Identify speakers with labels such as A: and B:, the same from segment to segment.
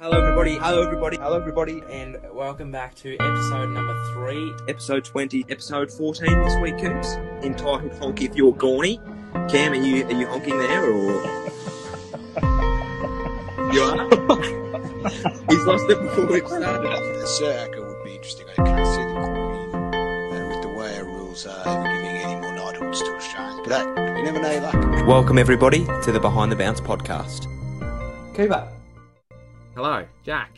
A: Hello everybody, hello everybody, hello everybody, and welcome back to episode number three. Episode 20, episode 14 this week, Coops, entitled Honk If You're Gawny. Cam, are you, are you honking there, or...? you are? He's lost it before we've started.
B: The circa would be interesting. I can't see the Queen uh, with the way her rules are ever giving any more knighthoods to Australians. But hey, you never know your luck.
A: Welcome everybody to the Behind the Bounce podcast. Cooper,
C: Hello, Jack.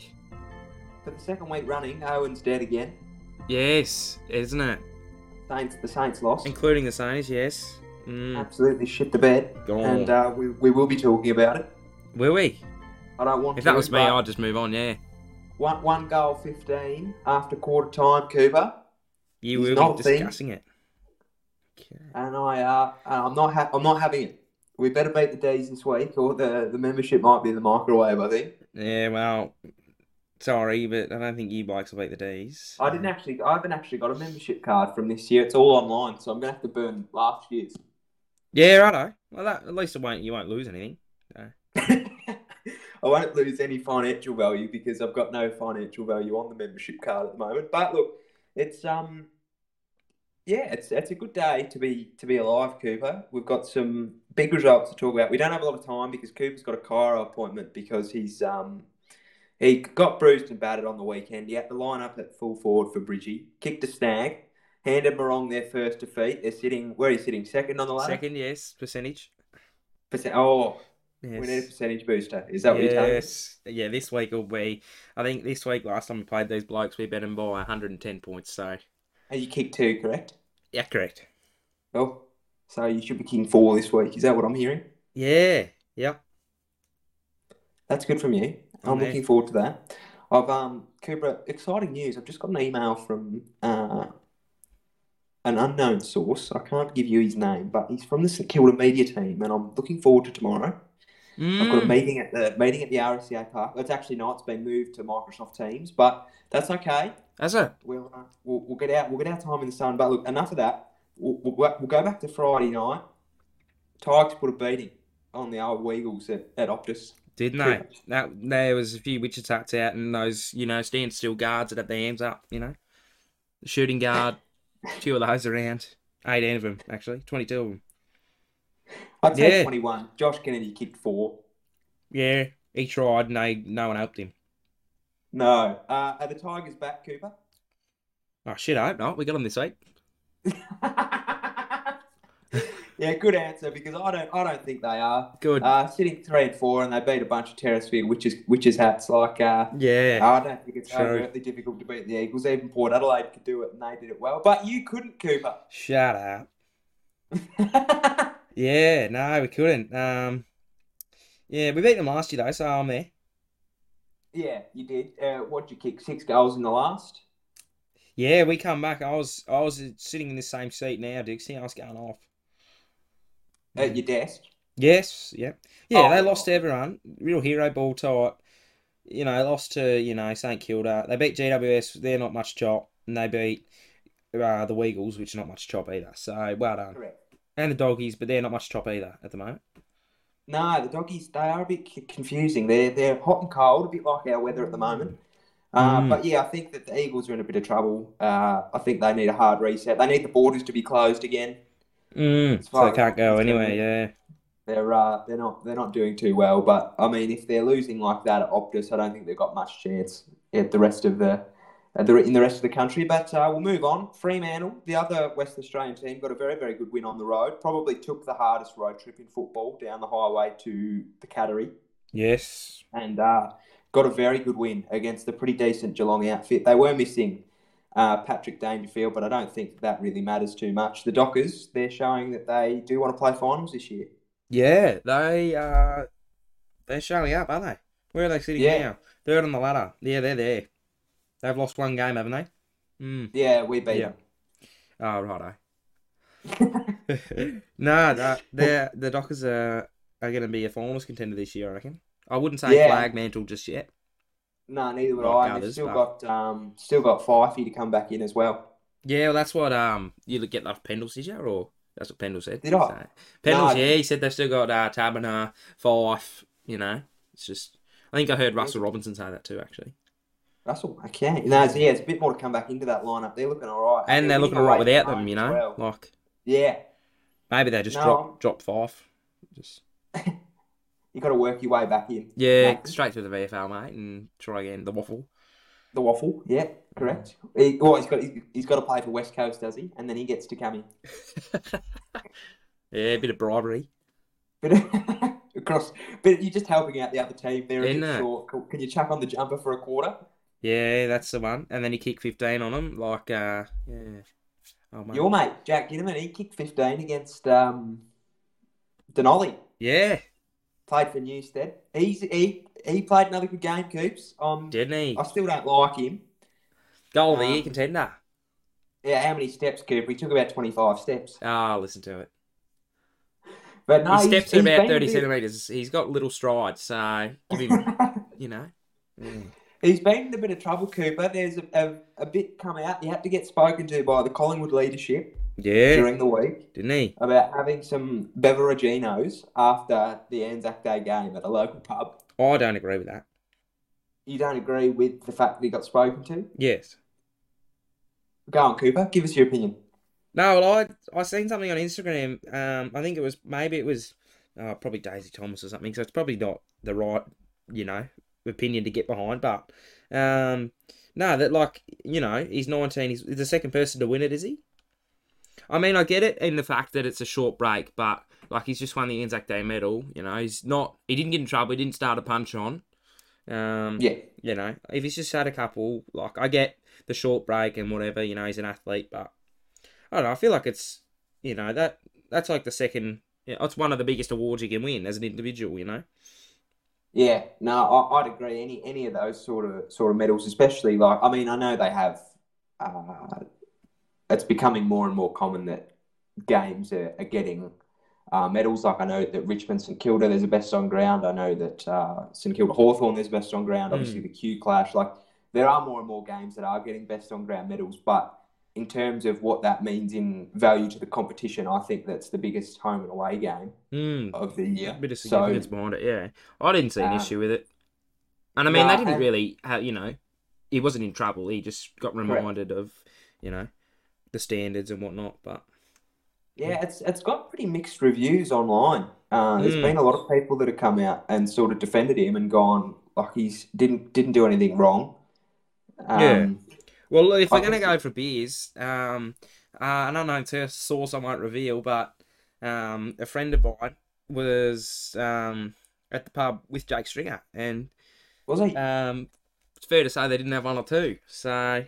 A: for the second week running, Owen's dead again.
C: Yes, isn't it?
A: Saints, the Saints lost.
C: Including the Saints, yes. Mm.
A: Absolutely shit the bed, and uh, we, we will be talking about it.
C: Will we?
A: I don't want
C: If
A: to, uh,
C: that was me,
A: but-
C: I'd just move on, yeah.
A: One, one goal, 15 after quarter time, Cooper.
C: You
A: He's
C: will
A: not
C: be
A: thin.
C: discussing it. Okay.
A: And I, uh, and I'm not, ha- I'm not having it. We better beat the days this week, or the, the membership might be in the microwave. I think
C: Yeah, well, sorry, but I don't think you blokes will beat the D's.
A: I didn't actually, I haven't actually got a membership card from this year. It's all online, so I'm gonna have to burn last year's.
C: Yeah, righto. Well, that, at least it won't, you won't lose anything.
A: I won't lose any financial value because I've got no financial value on the membership card at the moment. But look, it's um, yeah, it's it's a good day to be to be alive, Cooper. We've got some big results to talk about. We don't have a lot of time because Cooper's got a Cairo appointment because he's um, he got bruised and battered on the weekend. He had to line up at full forward for Bridgie, kicked a snag, handed Morong their first defeat. They're sitting where are you sitting? Second on the ladder.
C: Second, yes, percentage.
A: Percent- oh,
C: Yes.
A: we need a percentage booster. Is that what you're telling? us?
C: yes. Yeah, this week will be. I think this week, last time we played these blokes, we bet them by 110 points, so.
A: And you kick two, correct?
C: Yeah, correct.
A: Well, so you should be kicking four this week. Is that what I'm hearing?
C: Yeah, yep.
A: That's good from you. I'm
C: Amen.
A: looking forward to that. I've um, Cooper, exciting news. I've just got an email from uh, an unknown source. I can't give you his name, but he's from the St Kilda media team, and I'm looking forward to tomorrow. I've got a
C: Mm.
A: meeting at the meeting at the RSCA Park. It's actually not. It's been moved to Microsoft Teams, but that's okay.
C: That's it.
A: We'll, uh, we'll we'll get out. We'll get our time in the sun. But look, enough of that. We'll, we'll, we'll go back to Friday night. Tigers put a beating on the old Weagles at, at Optus.
C: Didn't
A: Pretty
C: they? That there was a few witch attacks out, and those you know standstill guards that have their hands up. You know, the shooting guard, two of those around, eighteen of them actually, twenty-two of them.
A: I'd say
C: Yeah.
A: 21. Josh Kennedy kicked four.
C: Yeah, he tried, and they no one helped him.
A: No. Uh, are the Tigers back, Cooper?
C: Oh shit! I hope not. We got him this week.
A: yeah, good answer because I don't I don't think they are.
C: Good.
A: Uh, sitting three and four, and they beat a bunch of Terracefield witches witches hats like uh,
C: yeah.
A: I don't think it's
C: True.
A: overtly difficult to beat the Eagles. Even Port Adelaide could do it, and they did it well. But you couldn't, Cooper.
C: Shut up. Yeah. No, we couldn't. Um. Yeah, we beat them last year though, so I'm there.
A: yeah, you did. Uh, what'd you kick? Six goals in the last.
C: Yeah, we come back. I was I was sitting in this same seat now, Dixie. I was going off. Mm.
A: At your desk.
C: Yes, yeah. Yeah,
A: Oh.
C: they lost to everyone. Real hero ball type. You know, lost to, you know, St Kilda. They beat GWS, they're not much chop. And they beat uh, the Weagles, which are not much chop either. So, well done.
A: Correct.
C: And the Doggies, but they're not much chop either at the moment.
A: No, the doggies they are a bit c- confusing. They're they're hot and cold, a bit like our weather at the moment. Uh,
C: Mm.
A: But yeah, I think that the Eagles are in a bit of trouble. Uh, I think they need a hard reset. They need the borders to be closed again.
C: Mm,
A: It's
C: so they
A: fine.
C: can't go
A: It's
C: anywhere,
A: fine.
C: yeah.
A: They're uh, they're not they're not doing too well. But I mean, if they're losing like that at Optus, I don't think they've got much chance at the rest of the, at the in the rest of the country. But uh, we'll move on. Fremantle, the other West Australian team, got a very very good win on the road. Probably took the hardest road trip in football down the highway to the Cattery
C: Yes.
A: and uh, got a very good win against a pretty decent Geelong outfit. They were missing uh, Patrick Dangerfield, but I don't think that really matters too much. The Dockers, they're showing that they do want to play finals this year.
C: Yeah, they uh they're showing up, aren't they? Where are they sitting
A: Yeah.
C: now? Third on the ladder. Yeah, they're there. They've lost one game, haven't they? Mm.
A: Yeah, we beat
C: Yeah.
A: them.
C: Oh, righto. no, no, the the Dockers are are going to be a finals contender this year, I reckon. I wouldn't say
A: Yeah.
C: flag mantle just yet.
A: No, neither would
C: Like
A: I. and They've
C: others,
A: still
C: but-
A: got um, still got Fifey to come back in as well.
C: Yeah, well, that's what um you look- get that off Pendles, did you? Or that's what Pendle said.
A: Did I?
C: So- Pendles,
A: No, I
C: yeah, he said they've still got uh, Tabana, Fife. You know, it's just I think I heard Russell Robinson say that too, actually.
A: Russell, okay. No, so yeah, it's a bit more to come back into that lineup. They're looking all right.
C: And they're looking
A: winning
C: alright
A: away
C: without
A: from
C: them,
A: home
C: you
A: as
C: know.
A: well.
C: Like
A: Yeah,
C: maybe they just
A: No, I'm-
C: drop drop five, just
A: you got to work your way back in.
C: yeah,
A: Back.
C: straight to the VFL, mate, and try again. The waffle.
A: The waffle, yeah, correct. He, well, he's got he, he's got to play for West Coast, does he? And then he gets to come in.
C: Yeah, a bit of bribery.
A: But across, but you're just helping out the other team there.
C: Yeah,
A: a bit
C: no.
A: short. Can- Can you chuck on the jumper for a quarter?
C: Yeah, that's the one. And then he kicked fifteen on him, like uh, yeah. Oh mate.
A: Your mate Jack Ginneman, he kicked 15 against um, Denali.
C: Yeah,
A: Played for Newstead. He's he he played another good game. Coops. Um,
C: didn't he?
A: I still don't like him.
C: Goal of the
A: Um,
C: year contender.
A: Yeah, how many steps, Cooper? He took about 25 steps.
C: Ah, listen to it.
A: But no,
C: he
A: he's-
C: steps at
A: he's
C: about
A: been a
C: thirty
A: bit-
C: centimeters. He's got little strides, so give him, you know.
A: He's been in a bit of trouble, Cooper. There's a, a, a bit come out. He had to get spoken to by the Collingwood leadership
C: Yeah,
A: during the week.
C: didn't he?
A: about having some beveraginos after the Anzac Day game at a local pub.
C: I don't agree with that.
A: You don't agree with the fact that he got spoken to?
C: Yes.
A: Go on, Cooper. Give us your opinion.
C: No, well, I I seen something on Instagram. Um, I think it was maybe it was uh, probably Daisy Thomas or something. So it's probably not the right, you know, opinion to get behind. But um, no, that like you know, he's nineteen. He's, he's the second person to win it, is he? I mean, I get it in the fact that it's a short break, but like he's just won the Anzac Day medal. You know, he's not. He didn't get in trouble. He didn't start a punch on. Um,
A: Yeah,
C: you know, if he's just had a couple, like I get the short break and whatever, you know, he's an athlete, but I don't know. I feel like it's, you know, that that's like the second. Yeah, that's one of the biggest awards you can win as an individual. You know.
A: yeah. No, I, I'd agree. Any any of those sort of sort of medals, especially like I mean, I know they have. Uh, it's becoming more and more common that games are, are getting uh, medals. Like I know that Richmond St Kilda, there's a best on ground. I know that uh, St Kilda Hawthorn, there's a best on ground. Obviously, the Q Clash. Like there are more and more games that are getting best on ground medals. But in terms of what that means in value to the competition, I think that's the biggest home and away game
C: Mm,
A: of the year.
C: Bit of
A: So-
C: significance behind it. Yeah, I didn't see an
A: Um,
C: issue with it, and I mean
A: no,
C: they didn't
A: and-
C: really. Have, you know, he wasn't in trouble. He just got reminded of, you know, the standards and whatnot. But
A: Yeah, it's it's got pretty mixed reviews online. Uh, there's
C: Mm.
A: been a lot of people that have come out and sort of defended him and gone like he's didn't didn't do anything wrong.
C: Yeah.
A: Um,
C: Well, if we're
A: I-
C: going to go for beers, um, uh, an unknown to us source I won't reveal, but um, a friend of mine was um, at the pub with Jake Stringer, and
A: was he?
C: um, it's fair to say they didn't have one or two. So,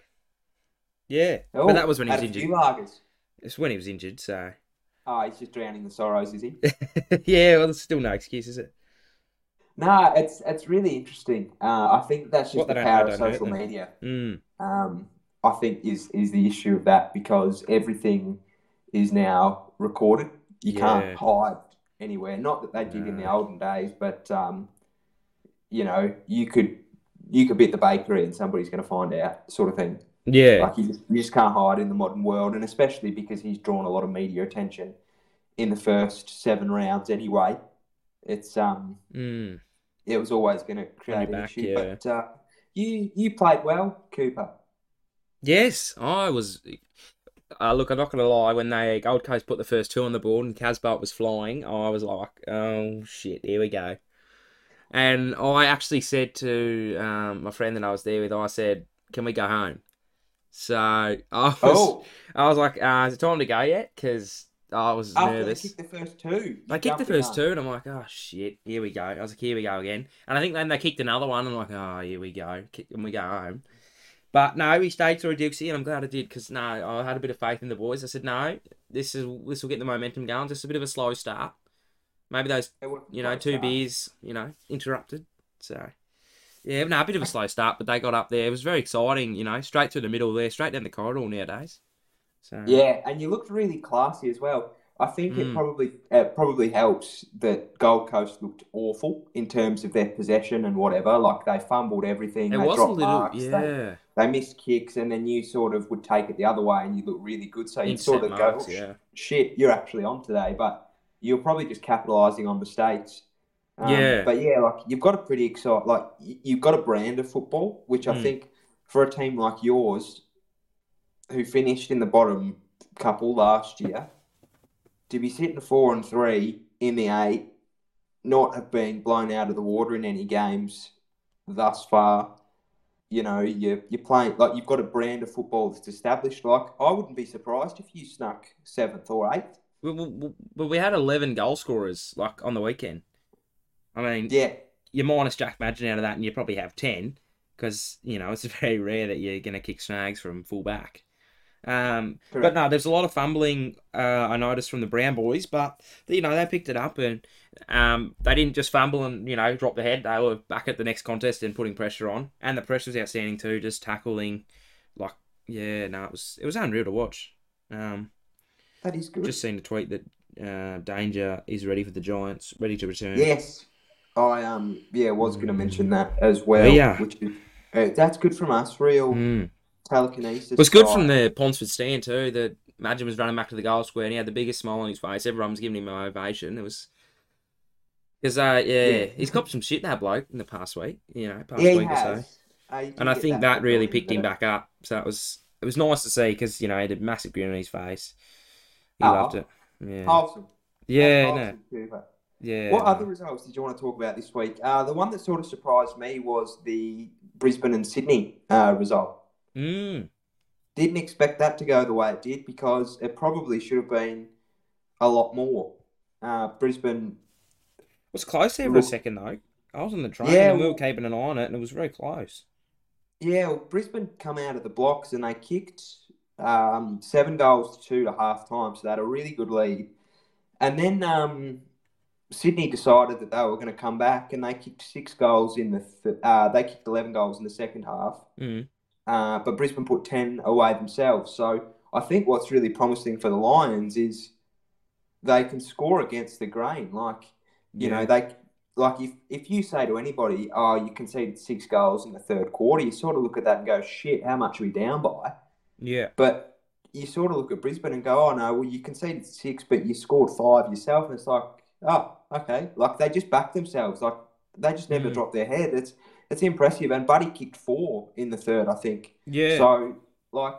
C: yeah,
A: Oh,
C: but that was when he
A: had
C: was
A: a few
C: injured.
A: lagers.
C: It's when he was injured, so
A: Oh, he's just drowning the sorrows, is he?
C: yeah. Well, there's still no excuse, is it?
A: no, it's it's really interesting. Uh, I think that's just
C: What
A: the
C: they don't know
A: power of
C: don't hurt
A: social
C: them.
A: media.
C: Mm.
A: um, I think is is the issue of that because everything is now recorded. You
C: Yeah.
A: can't hide anywhere. Not that they did in the
C: No.
A: olden days, but um, you know, you could you could be at the bakery and somebody's going to find out, sort of thing.
C: Yeah,
A: Like you just, you just can't hide in the modern world, and especially because he's drawn a lot of media attention in the first seven rounds. Anyway, it's um,
C: mm.
A: it was always going to create an
C: back,
A: issue.
C: yeah.
A: But uh, you you played well, Cooper.
C: yes. I was. Uh, look, I'm not gonna lie. When they Gold Coast put the first two on the board and Casbart was flying, I was like, "Oh shit, here we go." And I actually said to um, my friend that I was there with, I said, "Can we go home?" So I was,
A: Oh.
C: I was like, uh, "Is it time to go yet?" Because I was
A: After
C: nervous.
A: they kicked the first two.
C: They kicked the first two, and I'm like, oh shit, here we go. I was like, here we go again. And I think then they kicked another one, and I'm like, oh, here we go, Kick- and we go home. But no, we stayed through Dixie, and I'm glad I did because no, I had a bit of faith in the boys. I said, no, this is this will get the momentum going. Just a bit of a slow start. Maybe those, you know, two beers, you know, interrupted. So yeah, no, a bit of a slow start, but they got up there. It was very exciting, you know, straight through the middle there, straight down the corridor nowadays. So
A: Yeah, and you looked really classy as well. I think
C: Mm.
A: it probably it probably helps that Gold Coast looked awful in terms of their possession and whatever. Like they fumbled everything,
C: it
A: they
C: was a
A: dropped
C: little,
A: marks, they-
C: yeah,
A: they, missed kicks, and then you sort of would take it the other way and you look really good. So you
C: intercept
A: sort of
C: marks,
A: go, oh,
C: yeah.
A: shit, you're actually on today, but you're probably just capitalising on mistakes. Um,
C: Yeah.
A: But yeah, like you've got a pretty exciting, like y- you've got a brand of football, which I
C: Mm.
A: think for a team like yours, who finished in the bottom couple last year, to be sitting four and three in the eight, not have been blown out of the water in any games thus far. You know, you you're playing like you've got a brand of football that's established. Like I wouldn't be surprised if you snuck seventh or eighth.
C: We, we, we- but we had 11 goal scorers like on the weekend. I mean,
A: Yeah,
C: you minus Jack Madgen out of that, and you probably have 10 because, you know, it's very rare that you're going to kick snags from full back. Um, but
A: correct.
C: no, there's a lot of fumbling uh, I noticed from the Brown boys, but you know they picked it up and um, they didn't just fumble and you know drop the head. They were back at the next contest and putting pressure on, and the pressure was outstanding too. Just tackling, like yeah, no, it was it was unreal to watch. Um,
A: that is good.
C: just seen a tweet that uh, Danger is ready for the Giants, ready to return.
A: Yes, I um yeah was going to mention that as well.
C: Oh, Yeah.
A: which is, uh, that's good from us. Real
C: Mm.
A: telekinesis.
C: It was good
A: guy.
C: from the Ponsford stand too. The Madgen was running back to the goal square and he had the biggest smile on his face. Everyone was giving him an ovation. It was because uh, yeah,
A: Yeah.
C: he's copped some shit that bloke in the past week, you know, past
A: Yeah, he
C: week or so.
A: has. Uh, you did
C: And I
A: get
C: think that, really
A: from
C: picked him
A: but-
C: back up. So it was it was nice to see because you know he had a massive grin on his face. He
A: Oh.
C: loved it. Yeah,
A: Wholesome.
C: yeah,
A: That's
C: no,
A: wholesome, Cooper.
C: yeah.
A: What
C: no.
A: other results did you want to talk about this week? Uh, the one that sort of surprised me was the Brisbane and Sydney uh, result.
C: Mm,
A: Didn't expect that to go the way it did because it probably should have been a lot more. Uh, Brisbane
C: it was close there for a
A: Look-
C: second though. I was on the train
A: Yeah,
C: and we were
A: well-
C: keeping an eye on it, and it was very close.
A: Yeah, well, Brisbane come out of the blocks and they kicked um, seven goals to two to half time, so they had a really good lead. And then um, Sydney decided that they were going to come back, and they kicked six goals in the th- uh, they kicked eleven goals in the second half.
C: Mm.
A: Uh, but Brisbane put ten away themselves. So I think what's really promising for the Lions is they can score against the grain. Like you
C: Yeah.
A: know, they like if if you say to anybody, "Oh, you conceded six goals in the third quarter," you sort of look at that and go, "Shit, how much are we down by?"
C: yeah.
A: But you sort of look at Brisbane and go, "Oh no, well you conceded six, but you scored five yourself," and it's like, "Oh, okay." Like they just back themselves. Like they just never
C: Mm.
A: drop their head. It's it's impressive. And Buddy kicked four in the third, I think.
C: Yeah.
A: So, like,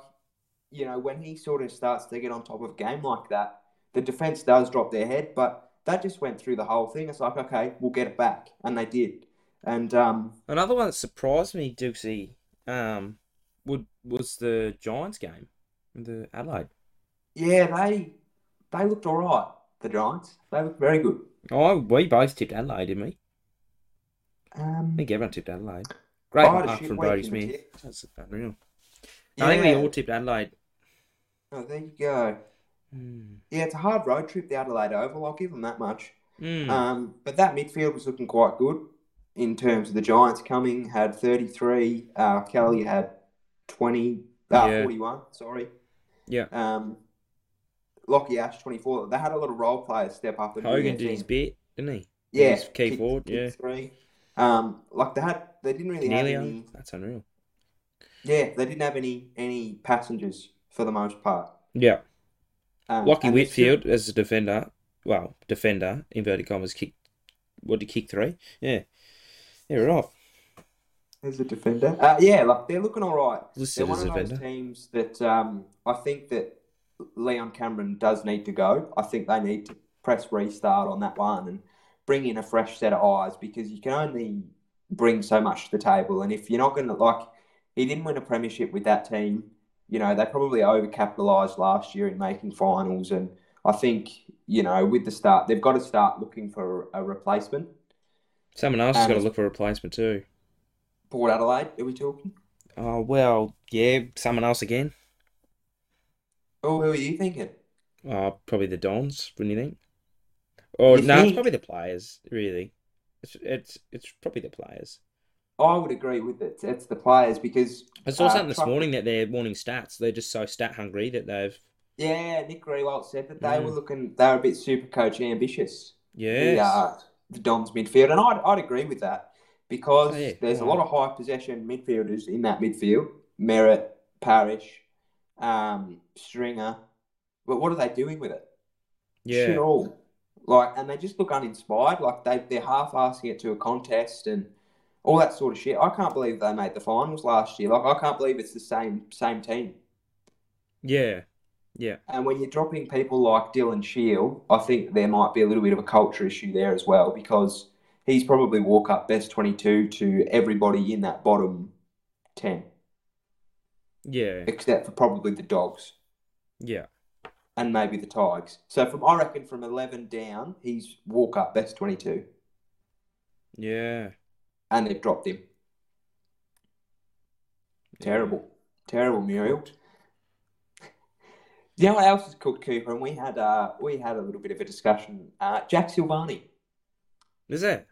A: you know, when he sort of starts to get on top of a game like that, the defense does drop their head, but that just went through the whole thing. It's like, okay, we'll get it back, and they did. And um,
C: Another one that surprised me, Dukesy, um, would was the Giants game, the Adelaide.
A: yeah, they they looked all right. The Giants, they looked very good.
C: Oh, we both tipped Adelaide, didn't we? I
A: Um,
C: think everyone tipped Adelaide. Great
A: I had a
C: mark
A: shit
C: from
A: week
C: Brody
A: in the
C: Smith.
A: tip.
C: That's unreal.
A: yeah,
C: I think we all tipped Adelaide.
A: oh, there you go.
C: Mm.
A: Yeah, it's a hard road trip, the Adelaide Oval. I'll give them that much.
C: Mm.
A: Um, but that midfield was looking quite good in terms of the Giants coming had 33, uh, Kelly had 20, uh,
C: Yeah.
A: 41, sorry.
C: Yeah.
A: Um, Lockie Ash 24. They had a lot of role players step up and do
C: Hogan
A: their
C: did
A: thing.
C: his bit, didn't he?
A: yeah,
C: his key
A: kicked-
C: forward,
A: kicked
C: yeah.
A: Three. Um, like they had, they didn't really have
C: Cornelio.
A: any.
C: That's unreal.
A: Yeah, they didn't have any any passengers for the most part.
C: Yeah.
A: Um,
C: Lockie
A: and they're still-
C: Whitfield as a defender. Well, defender, inverted commas, kicked. What did he kick three? Yeah. Yeah, right off.
A: As a defender, uh, yeah, like they're looking all right.
C: Listed
A: They're one
C: as a
A: of
C: defender.
A: those teams that um, I think that Leon Cameron does need to go. I think they need to press restart on that one and bring in a fresh set of eyes because you can only bring so much to the table. And if you're not going to like, he didn't win a premiership with that team. You know they probably overcapitalised last year in making finals, and I think you know with the start they've got to start looking for a replacement.
C: Someone else has
A: Um,
C: got to look for a replacement too.
A: Port Adelaide, are we talking?
C: Oh well, yeah, someone else again.
A: Oh, who are you thinking?
C: Oh, probably the Dons, wouldn't you think? Or
A: You
C: no, it's
A: think?
C: probably the players, really. It's it's it's probably the players.
A: I would agree with it. It's the players because
C: I saw
A: Uh,
C: something this
A: Clark-
C: morning that they're warning stats. They're just so stat hungry that they've
A: yeah, Nick Grewalt said that they
C: Mm.
A: were looking they were a bit super coach ambitious.
C: yes,
A: The, uh, the Dons midfield, and I'd, I'd agree with that because
C: Oh, yeah,
A: there's a
C: right.
A: lot of high possession midfielders in that midfield. Merritt, Parish, um, Stringer, but what are they doing with it?
C: yeah.
A: Shit all. Like, and they just look uninspired. Like they they're half asking it to a contest and all that sort of shit. I can't believe they made the finals last year. Like I can't believe it's the same same team.
C: Yeah.
A: And when you're dropping people like Dylan Shield, I think there might be a little bit of a culture issue there as well because he's probably walk up best 22 to everybody in that bottom 10,
C: Yeah.
A: except for probably the Dogs
C: Yeah.
A: and maybe the Tigers. So from I reckon from 11 down, he's walk up best 22
C: Yeah.
A: and they've dropped him. Terrible. Terrible Muriel. You know what else is cooked, Cooper? And we had uh, we had a little bit of a discussion. Uh, Jack Silvani.
C: Is it?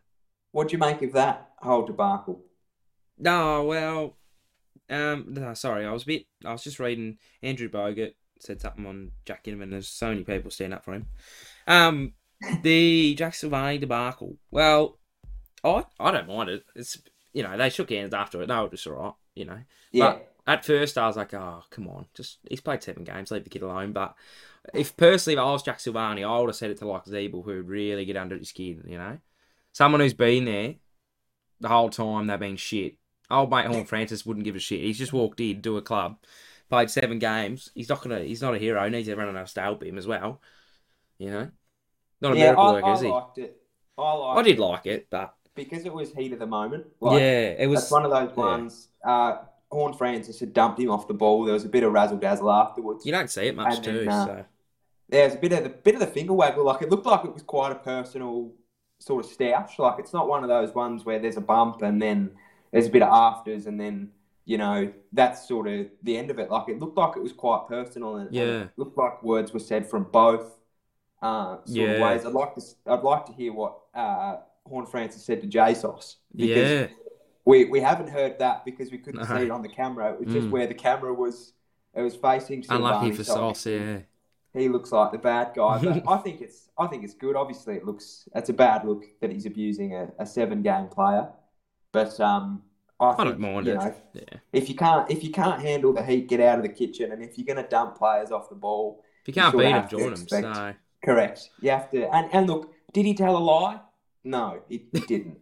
A: What do you make of that whole debacle?
C: No, well, um, no, sorry, I was a bit. I was just reading Andrew Bogart said something on Jack Inman. There's so many people standing up for him. Um, the Jack Silvani debacle. Well, I I don't mind it. It's you know they shook hands after it. They were just alright. You know,
A: Yeah,
C: at first I was like, oh come on, just he's played seven games, leave the kid alone. But if personally, if I was Jack Silvani, I would have said it to like Zeeble, who would really get under his skin. You know, someone who's been there the whole time they've been shit. Old mate Horn Francis wouldn't give a shit. He's just walked in to a club, played seven games. He's not gonna. He's not a hero. He needs everyone else to help him as well. You know, not a
A: yeah.
C: miracle
A: I,
C: worker,
A: I
C: is he?
A: liked it. I liked
C: I did like it, but
A: it because it was heat of the moment. Like,
C: yeah, it
A: that's
C: was.
A: one of those
C: yeah.
A: ones. Uh, Horn Francis had dumped him off the ball. There was a bit of razzle dazzle afterwards.
C: You don't see it much
A: And
C: too.
A: then, uh,
C: so
A: There was a bit of the bit of the finger waggle. Like it looked like it was quite a personal sort of stouch. Like it's not one of those ones where there's a bump and then there's a bit of afters and then you know that's sort of the end of it. Like it looked like it was quite personal and, and
C: Yeah.
A: it looked like words were said from both uh, sort of
C: Yeah.
A: ways. I'd like to s- I'd like to hear what uh, Horn Francis said to JSOS because
C: yeah,
A: we we haven't heard that because we couldn't
C: No.
A: see it on the camera. It was just
C: Mm.
A: where the camera was. It was facing.
C: unlucky
A: Silvani,
C: for
A: so
C: Sauce. Yeah.
A: he looks like the bad guy. But I think it's I think it's good. Obviously, it looks it's a bad look that he's abusing a, a seven game player. But um, I,
C: I
A: think,
C: don't mind
A: you
C: it.
A: know,
C: yeah.
A: if you can't if you can't handle the heat, get out of the kitchen. And if you're going to dump players off the ball,
C: If you can't
A: sort of
C: beat him,
A: have to
C: join him.
A: expect-
C: So
A: correct. You have to. And and look, did he tell a lie? No, he, he didn't.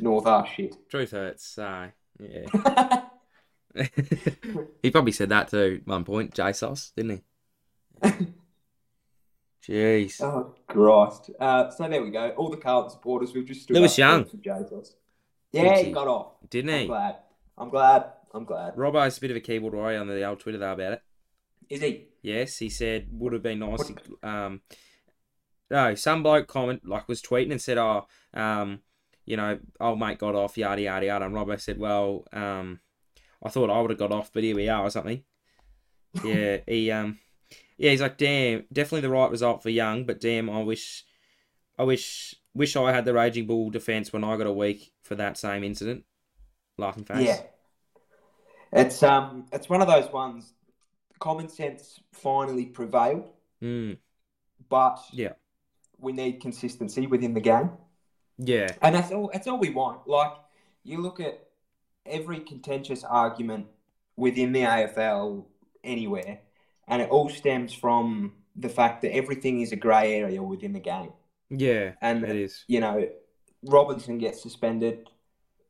A: North are shit.
C: truth hurts. So yeah, he probably said that too. at One point, J Sauce, didn't he? Jeez.
A: oh Christ! Uh, so there we go. All the Carlton supporters we've just stood
C: Lewis
A: up
C: Young.
A: for Jesus. Yeah,
C: Did
A: he
C: you?
A: got off.
C: Didn't
A: I'm
C: he?
A: glad. I'm glad. I'm glad.
C: Robbo's a bit of a keyboard warrior on the old Twitter though about it.
A: Is he?
C: Yes, he said would have been nice. if, um, no, some bloke comment like was tweeting and said, "Oh, um, you know, old mate got off, yada yada yada." And Robbo said, "Well, um, I thought I would have got off, but here we are, or something." Yeah, he um, yeah, he's like, "Damn, definitely the right result for Young, but damn, I wish, I wish, wish I had the raging bull defense when I got a week for that same incident." Laughing face.
A: Yeah. It's um it's one of those ones common sense finally prevailed,
C: Mm,
A: but
C: Yeah.
A: we need consistency within the game.
C: yeah.
A: And that's all that's all we want. Like you look at every contentious argument within the AFL anywhere, and it all stems from the fact that everything is a grey area within the game.
C: Yeah.
A: And
C: It is.
A: you know, Robinson gets suspended,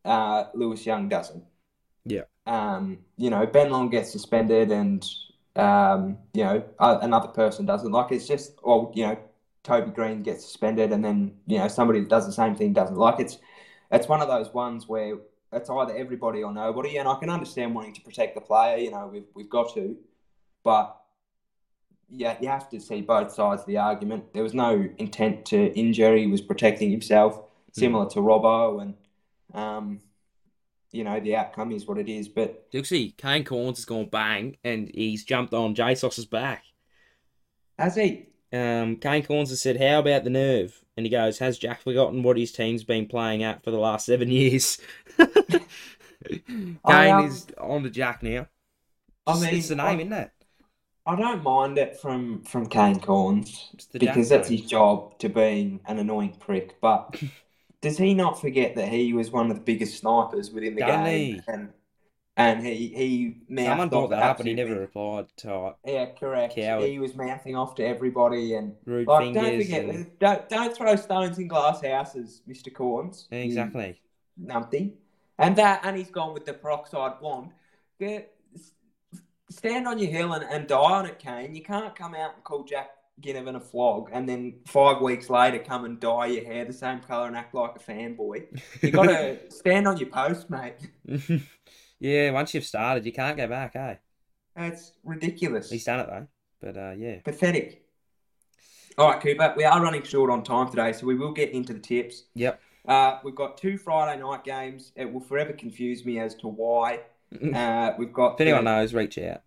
A: uh, Lewis Young doesn't.
C: Yeah.
A: Um, you know, Ben Long gets suspended, and um, you know, uh, another person doesn't. Like it's just, or you know, Toby Green gets suspended, and then you know somebody that does the same thing doesn't. Like it's, it's one of those ones where it's either everybody or nobody, and I can understand wanting to protect the player. You know, we've we've got to, but. Yeah, you have to see both sides of the argument. There was no intent to injure. He was protecting himself
C: Hmm.
A: similar to Robbo, and um, you know the outcome is what it is. But
C: Dixie, Kane Corns has gone bang and he's jumped on Jay Soss's back.
A: has he?
C: Um, Kane Corns has said, How about the nerve? And he goes, Has Jack forgotten what his team's been playing at for the last seven years? Kane
A: I, um,
C: is on the Jack now.
A: I
C: It's-
A: mean,
C: it's the name,
A: I,
C: isn't it?
A: I don't mind it from from Kane Corns
C: It's the
A: because
C: Jack
A: that's
C: name.
A: his job to being an annoying prick. But does he not forget that he was one of the biggest snipers within the
C: Doesn't
A: game?
C: he?
A: And and he he mouthed
C: Someone
A: off
C: brought that up, but he
A: absolutely-
C: never replied to it.
A: Yeah, correct.
C: Coward.
A: He was mouthing off to everybody, and
C: Rude
A: like, don't
C: fingers.
A: forget,
C: and-
A: don't, don't throw stones in glass houses, Mister Corns. you
C: Exactly.
A: numpty. And that, and he's gone with the peroxide blonde. Yeah, s- Stand on your hill and, and die on it, Kane. You can't come out and call Jack Ginnivan a flog, and then five weeks later come and dye your hair the same colour and act like a fanboy. You got to stand on your post, mate.
C: yeah, once you've started, you can't go back, eh?
A: That's ridiculous.
C: He's done it though. But uh, yeah,
A: Pathetic. All right, Cooper, we are running short on time today, so we will get into the tips.
C: Yep.
A: Uh, we've got two Friday night games. It will forever confuse me as to why. Uh, we've got.
C: if anyone
A: the-
C: knows, reach out.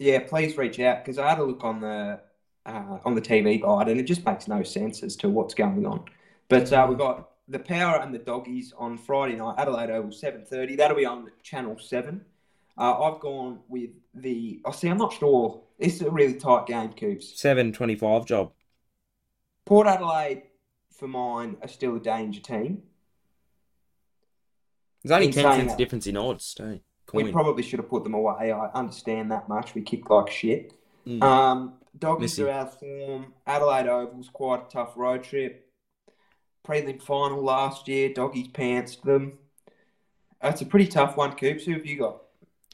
A: Yeah, please reach out because I had a look on the uh, on the TV guide and it just makes no sense as to what's going on. But uh, we've got the Power and the Doggies on Friday night, Adelaide Oval, seven thirty. That'll be on Channel Seven. Uh, I've gone with the. I see. I'm not sure. This is a really tight game, Coops.
C: Seven twenty-five job.
A: Port Adelaide, for mine, are still a danger team.
C: There's only
A: In
C: ten
A: saying
C: cents
A: that-
C: difference in odds too.
A: We
C: Coin.
A: probably should have put them away. I understand that much. We kicked like shit.
C: Mm.
A: Um, Doggies
C: Missy.
A: are out of form. Adelaide Oval's quite a tough road trip. Prelim final last year, Doggies pantsed them. That's a pretty tough one, Coops. Who have you got?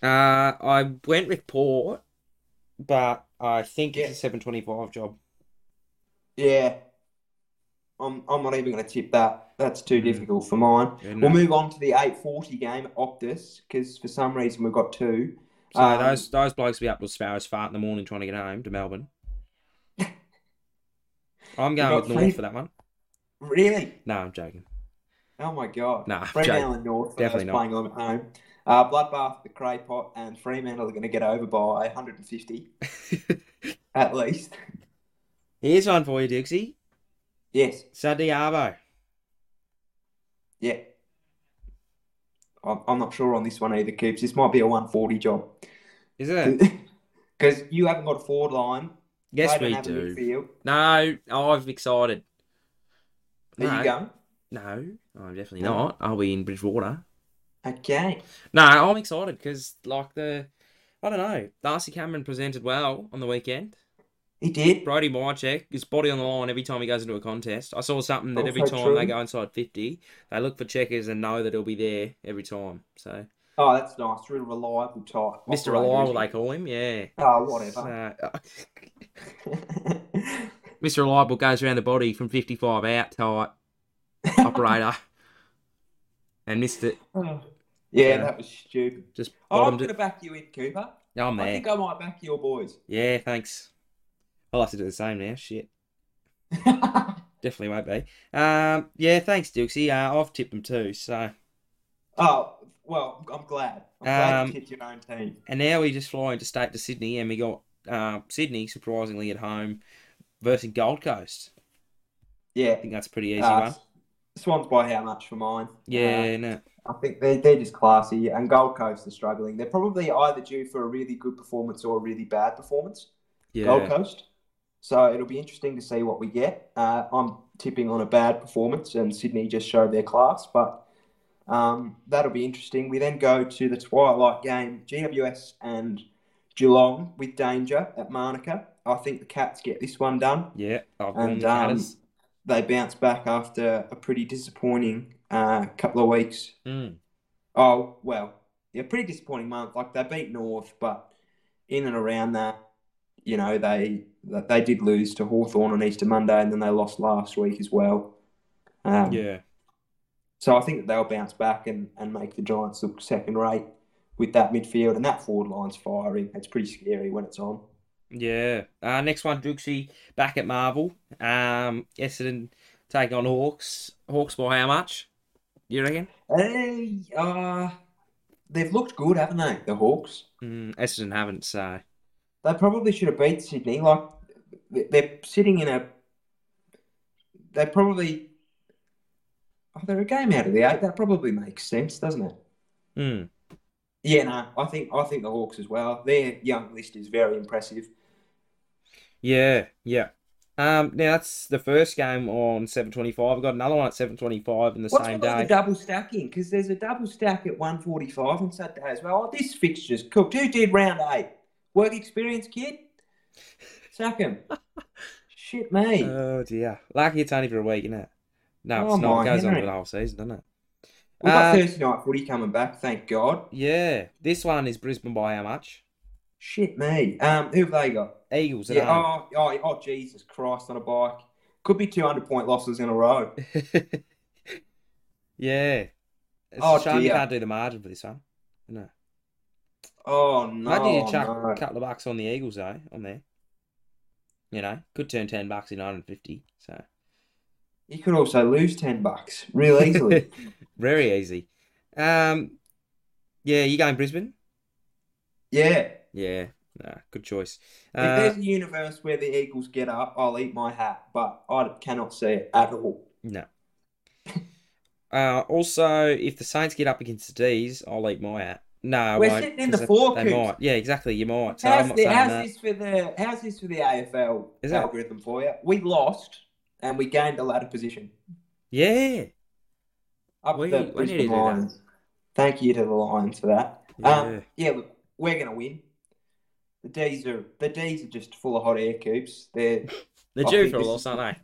C: Uh, I went with Port, but I think
A: Yeah.
C: it's a seven twenty-five job.
A: Yeah, I'm. I'm not even going to tip that. That's too
C: Mm.
A: difficult for mine.
C: Yeah,
A: We'll
C: no.
A: move on to the 8:40 game at Optus because for some reason we've got two.
C: So
A: um,
C: those those blokes will be up till sparrows fart in the morning trying to get home to Melbourne. I'm going
A: got
C: with North
A: three-
C: for that one.
A: Really?
C: No, I'm joking.
A: Oh my god.
C: Nah, I'm
A: Fremantle and North for
C: Definitely
A: those
C: not.
A: playing on at home. Uh, Bloodbath, the Cray Pot, and Fremantle are going to get over by 150 at least.
C: Here's one for you, Dixie.
A: Yes,
C: Sunday Arvo.
A: yeah. I'm, I'm not sure on this one either, Coops. This might be a 140 job.
C: Isn't it?
A: Because you haven't got a forward line.
C: Yes,
A: they
C: we
A: don't have a
C: do.
A: midfield.
C: No, I've excited.
A: There
C: no,
A: you go.
C: No, I'm definitely
A: No.
C: not. I'll be in Bridgewater.
A: Okay.
C: No, I'm excited because, like, the. I don't know. Darcy Cameron presented well on the weekend.
A: He did.
C: Brody Mychek, his body on the line every time he goes into a contest. I saw something that
A: Also
C: every time
A: Oh, true.
C: they go inside 50, they look for checkers and know that he'll be there every time. So,
A: Oh, that's nice. Real reliable type.
C: Mr.
A: operator,
C: Reliable,
A: isn't
C: they
A: he?
C: call him. Yeah.
A: Oh, whatever.
C: So- Mr. Reliable goes around the body from 55 out tight operator. And Mr.
A: yeah,
C: Yeah.
A: that was stupid.
C: just
A: Oh, I'm
C: bottomed
A: going to
C: it.
A: back you in, Cooper.
C: No, I'm
A: I
C: there.
A: think I might back your boys.
C: Yeah, thanks. I'll have to do the same now. Shit.
A: oh,
C: Definitely won't be. Um, yeah, thanks, Dixie. Uh, I've tipped them too. So,
A: Oh, well, I'm glad. I'm glad
C: Um,
A: you tipped your own team.
C: and now we just fly into state to Sydney, and we got uh, Sydney surprisingly at home versus Gold Coast.
A: Yeah.
C: I think that's a pretty easy
A: Uh,
C: one.
A: Swans by how much for mine?
C: Yeah, no.
A: Uh, I think they're, they're just classy, and Gold Coast are struggling. They're probably either due for a really good performance or a really bad performance.
C: Yeah.
A: Gold Coast. So it'll be interesting to see what we get. Uh, I'm tipping on a bad performance, and Sydney just showed their class, but um, that'll be interesting. We then go to the Twilight game, GWS and Geelong with danger at Marnica. I think the Cats get this one done
C: Yeah, I've gone
A: and
C: with
A: um,
C: Addis.
A: they bounce back after a pretty disappointing uh, couple of weeks.
C: Mm.
A: Oh well, yeah, pretty disappointing month. Like they beat North, but in and around that, you know, they they did lose to Hawthorn on Easter Monday, and then they lost last week as well. Um,
C: Yeah.
A: So I think that they'll bounce back and, and make the Giants look second rate with that midfield and that forward line's firing. It's pretty scary when it's on.
C: Yeah. Uh, next one, Drooksy back at Marvel. Um, Essendon taking on Hawks. Hawks by how much? You reckon?
A: Hey, uh, they've looked good, haven't they? The Hawks.
C: Mm, Essendon haven't, so
A: They probably should have beat Sydney. Like they- they're sitting in a. They probably. Oh, they're a game out of the eight. That probably makes sense, doesn't it?
C: mm,
A: Yeah, no, I think I think the Hawks as well. Their young list is very impressive.
C: yeah, yeah. Um, now that's the first game on seven twenty-five. I've got another one at seven twenty-five in the
A: What's
C: same
A: with all
C: day.
A: the double stacking? Because there's a double stack at 145 on Saturday as well. Oh, this fixture's cooked. Who did round eight? Work experience kid? Sack him. Shit, me.
C: Oh dear, lucky it's only for a week, isn't it? No,
A: Oh,
C: it's not.
A: my
C: It goes on
A: Henry.
C: for the whole season, doesn't it?
A: We've got
C: uh,
A: Thursday night footy coming back, thank God.
C: Yeah, this one is Brisbane by how much?
A: Shit, me. Um, who have they got?
C: Eagles at
A: Yeah,
C: home.
A: oh, oh, oh, Jesus Christ on a bike. Could be 200 point losses in a row.
C: yeah. It's
A: Oh,
C: a shame you
A: dear.
C: can't do the margin for this one. No.
A: Oh, no.
C: Imagine you chuck
A: no.
C: a couple of bucks on the Eagles though, on there. You know, could turn ten bucks in nine hundred fifty. So
A: You could also lose 10 bucks real easily.
C: very easy. Um, yeah, you going Brisbane?
A: yeah.
C: Yeah, nah, good choice.
A: if
C: Uh,
A: there's a universe where the Eagles get up, I'll eat my hat, but I cannot see it at all.
C: no. Uh, also, if the Saints get up against the D's, I'll eat my hat. No, I
A: We're
C: won't,
A: sitting in the
C: 'cause
A: four
C: they, they
A: coops.
C: might. Yeah, exactly. You might. So I'm
A: how's
C: not
A: the,
C: saying
A: how's
C: that.
A: this for the how's this for the AFL
C: Is that-
A: algorithm for you? We lost and we gained a ladder position
C: Yeah.
A: up
C: We-
A: the
C: we need
A: Brisbane
C: to do that.
A: Lions. Thank you to the Lions for that.
C: Yeah.
A: Um, yeah, look, we're gonna win. The D's are the D's are just full of hot air coops. They're
C: They're
A: I
C: due
A: think
C: for a
A: this
C: loss,
A: is-
C: aren't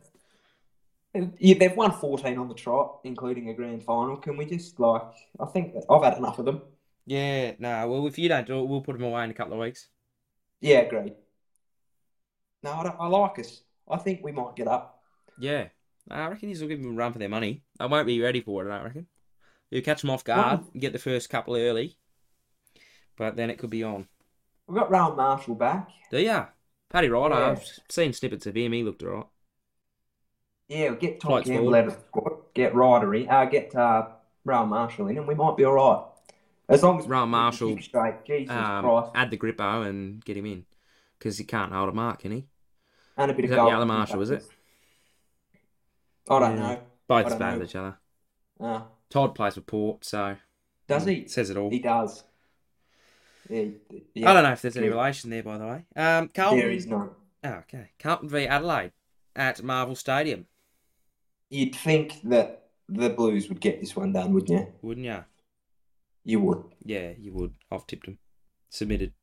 A: yeah, they've won fourteen on the trot, including a grand final. Can we just like? I think that I've had enough of them.
C: they? Yeah. No. Well, if you don't do it, we'll put them away in a couple of weeks.
A: Yeah, agreed. No, I, don't, I like us. I think we might get up.
C: Yeah. I reckon he's will give them a run for their money. They won't be ready for it. I don't reckon. You catch them off guard,
A: Well-
C: you get the first couple early, but then it could be on.
A: We've got Rail Marshall back.
C: Do ya? Paddy Ryder.
A: Yeah.
C: I've seen snippets of him. He looked alright.
A: Yeah, we'll get Tom
C: Flights
A: Campbell
C: forward.
A: out of the squad, get Ryder in, uh, get uh, Rail Marshall in, and we might be all right. As long as we
C: Raul
A: keep
C: Marshall,
A: it straight, Jesus
C: Um,
A: Christ,
C: add the grippo and get him in, because he can't hold a mark, can he?
A: and a bit
C: is
A: of
C: that the
A: goal.
C: other Marshall, is it?
A: I don't
C: Yeah.
A: know. I
C: Both
A: don't
C: bad at
A: know.
C: each other.
A: Uh,
C: Todd plays for Port, so
A: does
C: mm,
A: he?
C: Says it all.
A: He does. Yeah,
C: I
A: yeah.
C: don't know if there's any
A: Good.
C: relation there, by the way. Um, Carlton.
A: There is none.
C: Oh, okay. Carlton v Adelaide at Marvel Stadium,
A: You'd think that the Blues would get this one done, wouldn't you?
C: wouldn't ya?
A: You would.
C: Yeah, you would. I've tipped them. Submitted.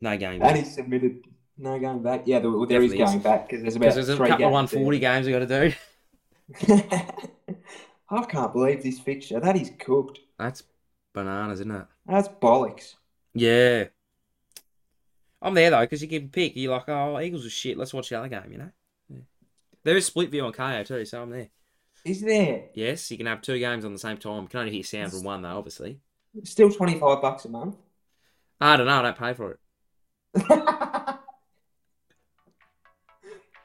C: No game.
A: And he's submitted no going back. Yeah, there, there is
C: Definitely is.
A: going back because there's about
C: Because there's a
A: three
C: couple of
A: games
C: 140 games we got to do.
A: there. I can't believe this fixture. That is cooked.
C: That's bananas, isn't it?
A: That's bollocks.
C: Yeah. I'm there though because you can pick. You're like, oh, Eagles are shit. Let's watch the other game. You know. Yeah. There is split view on KO too, so I'm there.
A: Is there
C: Yes, you can have two games on the same time. You can only hear sound from one though, obviously.
A: still twenty five bucks a month?
C: I don't know. I don't pay for it.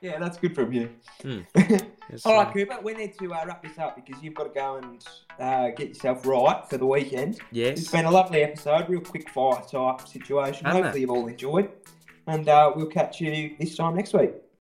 A: yeah, that's good from you.
C: Hmm. It's,
A: All
C: uh,
A: right, Cooper, we need to uh, wrap this up because you've got to go and uh, get yourself right for the weekend.
C: Yes.
A: It's been a lovely episode, real quick fire type situation.
C: Hasn't it?
A: Hopefully, you've all enjoyed, and uh, we'll catch you this time next week.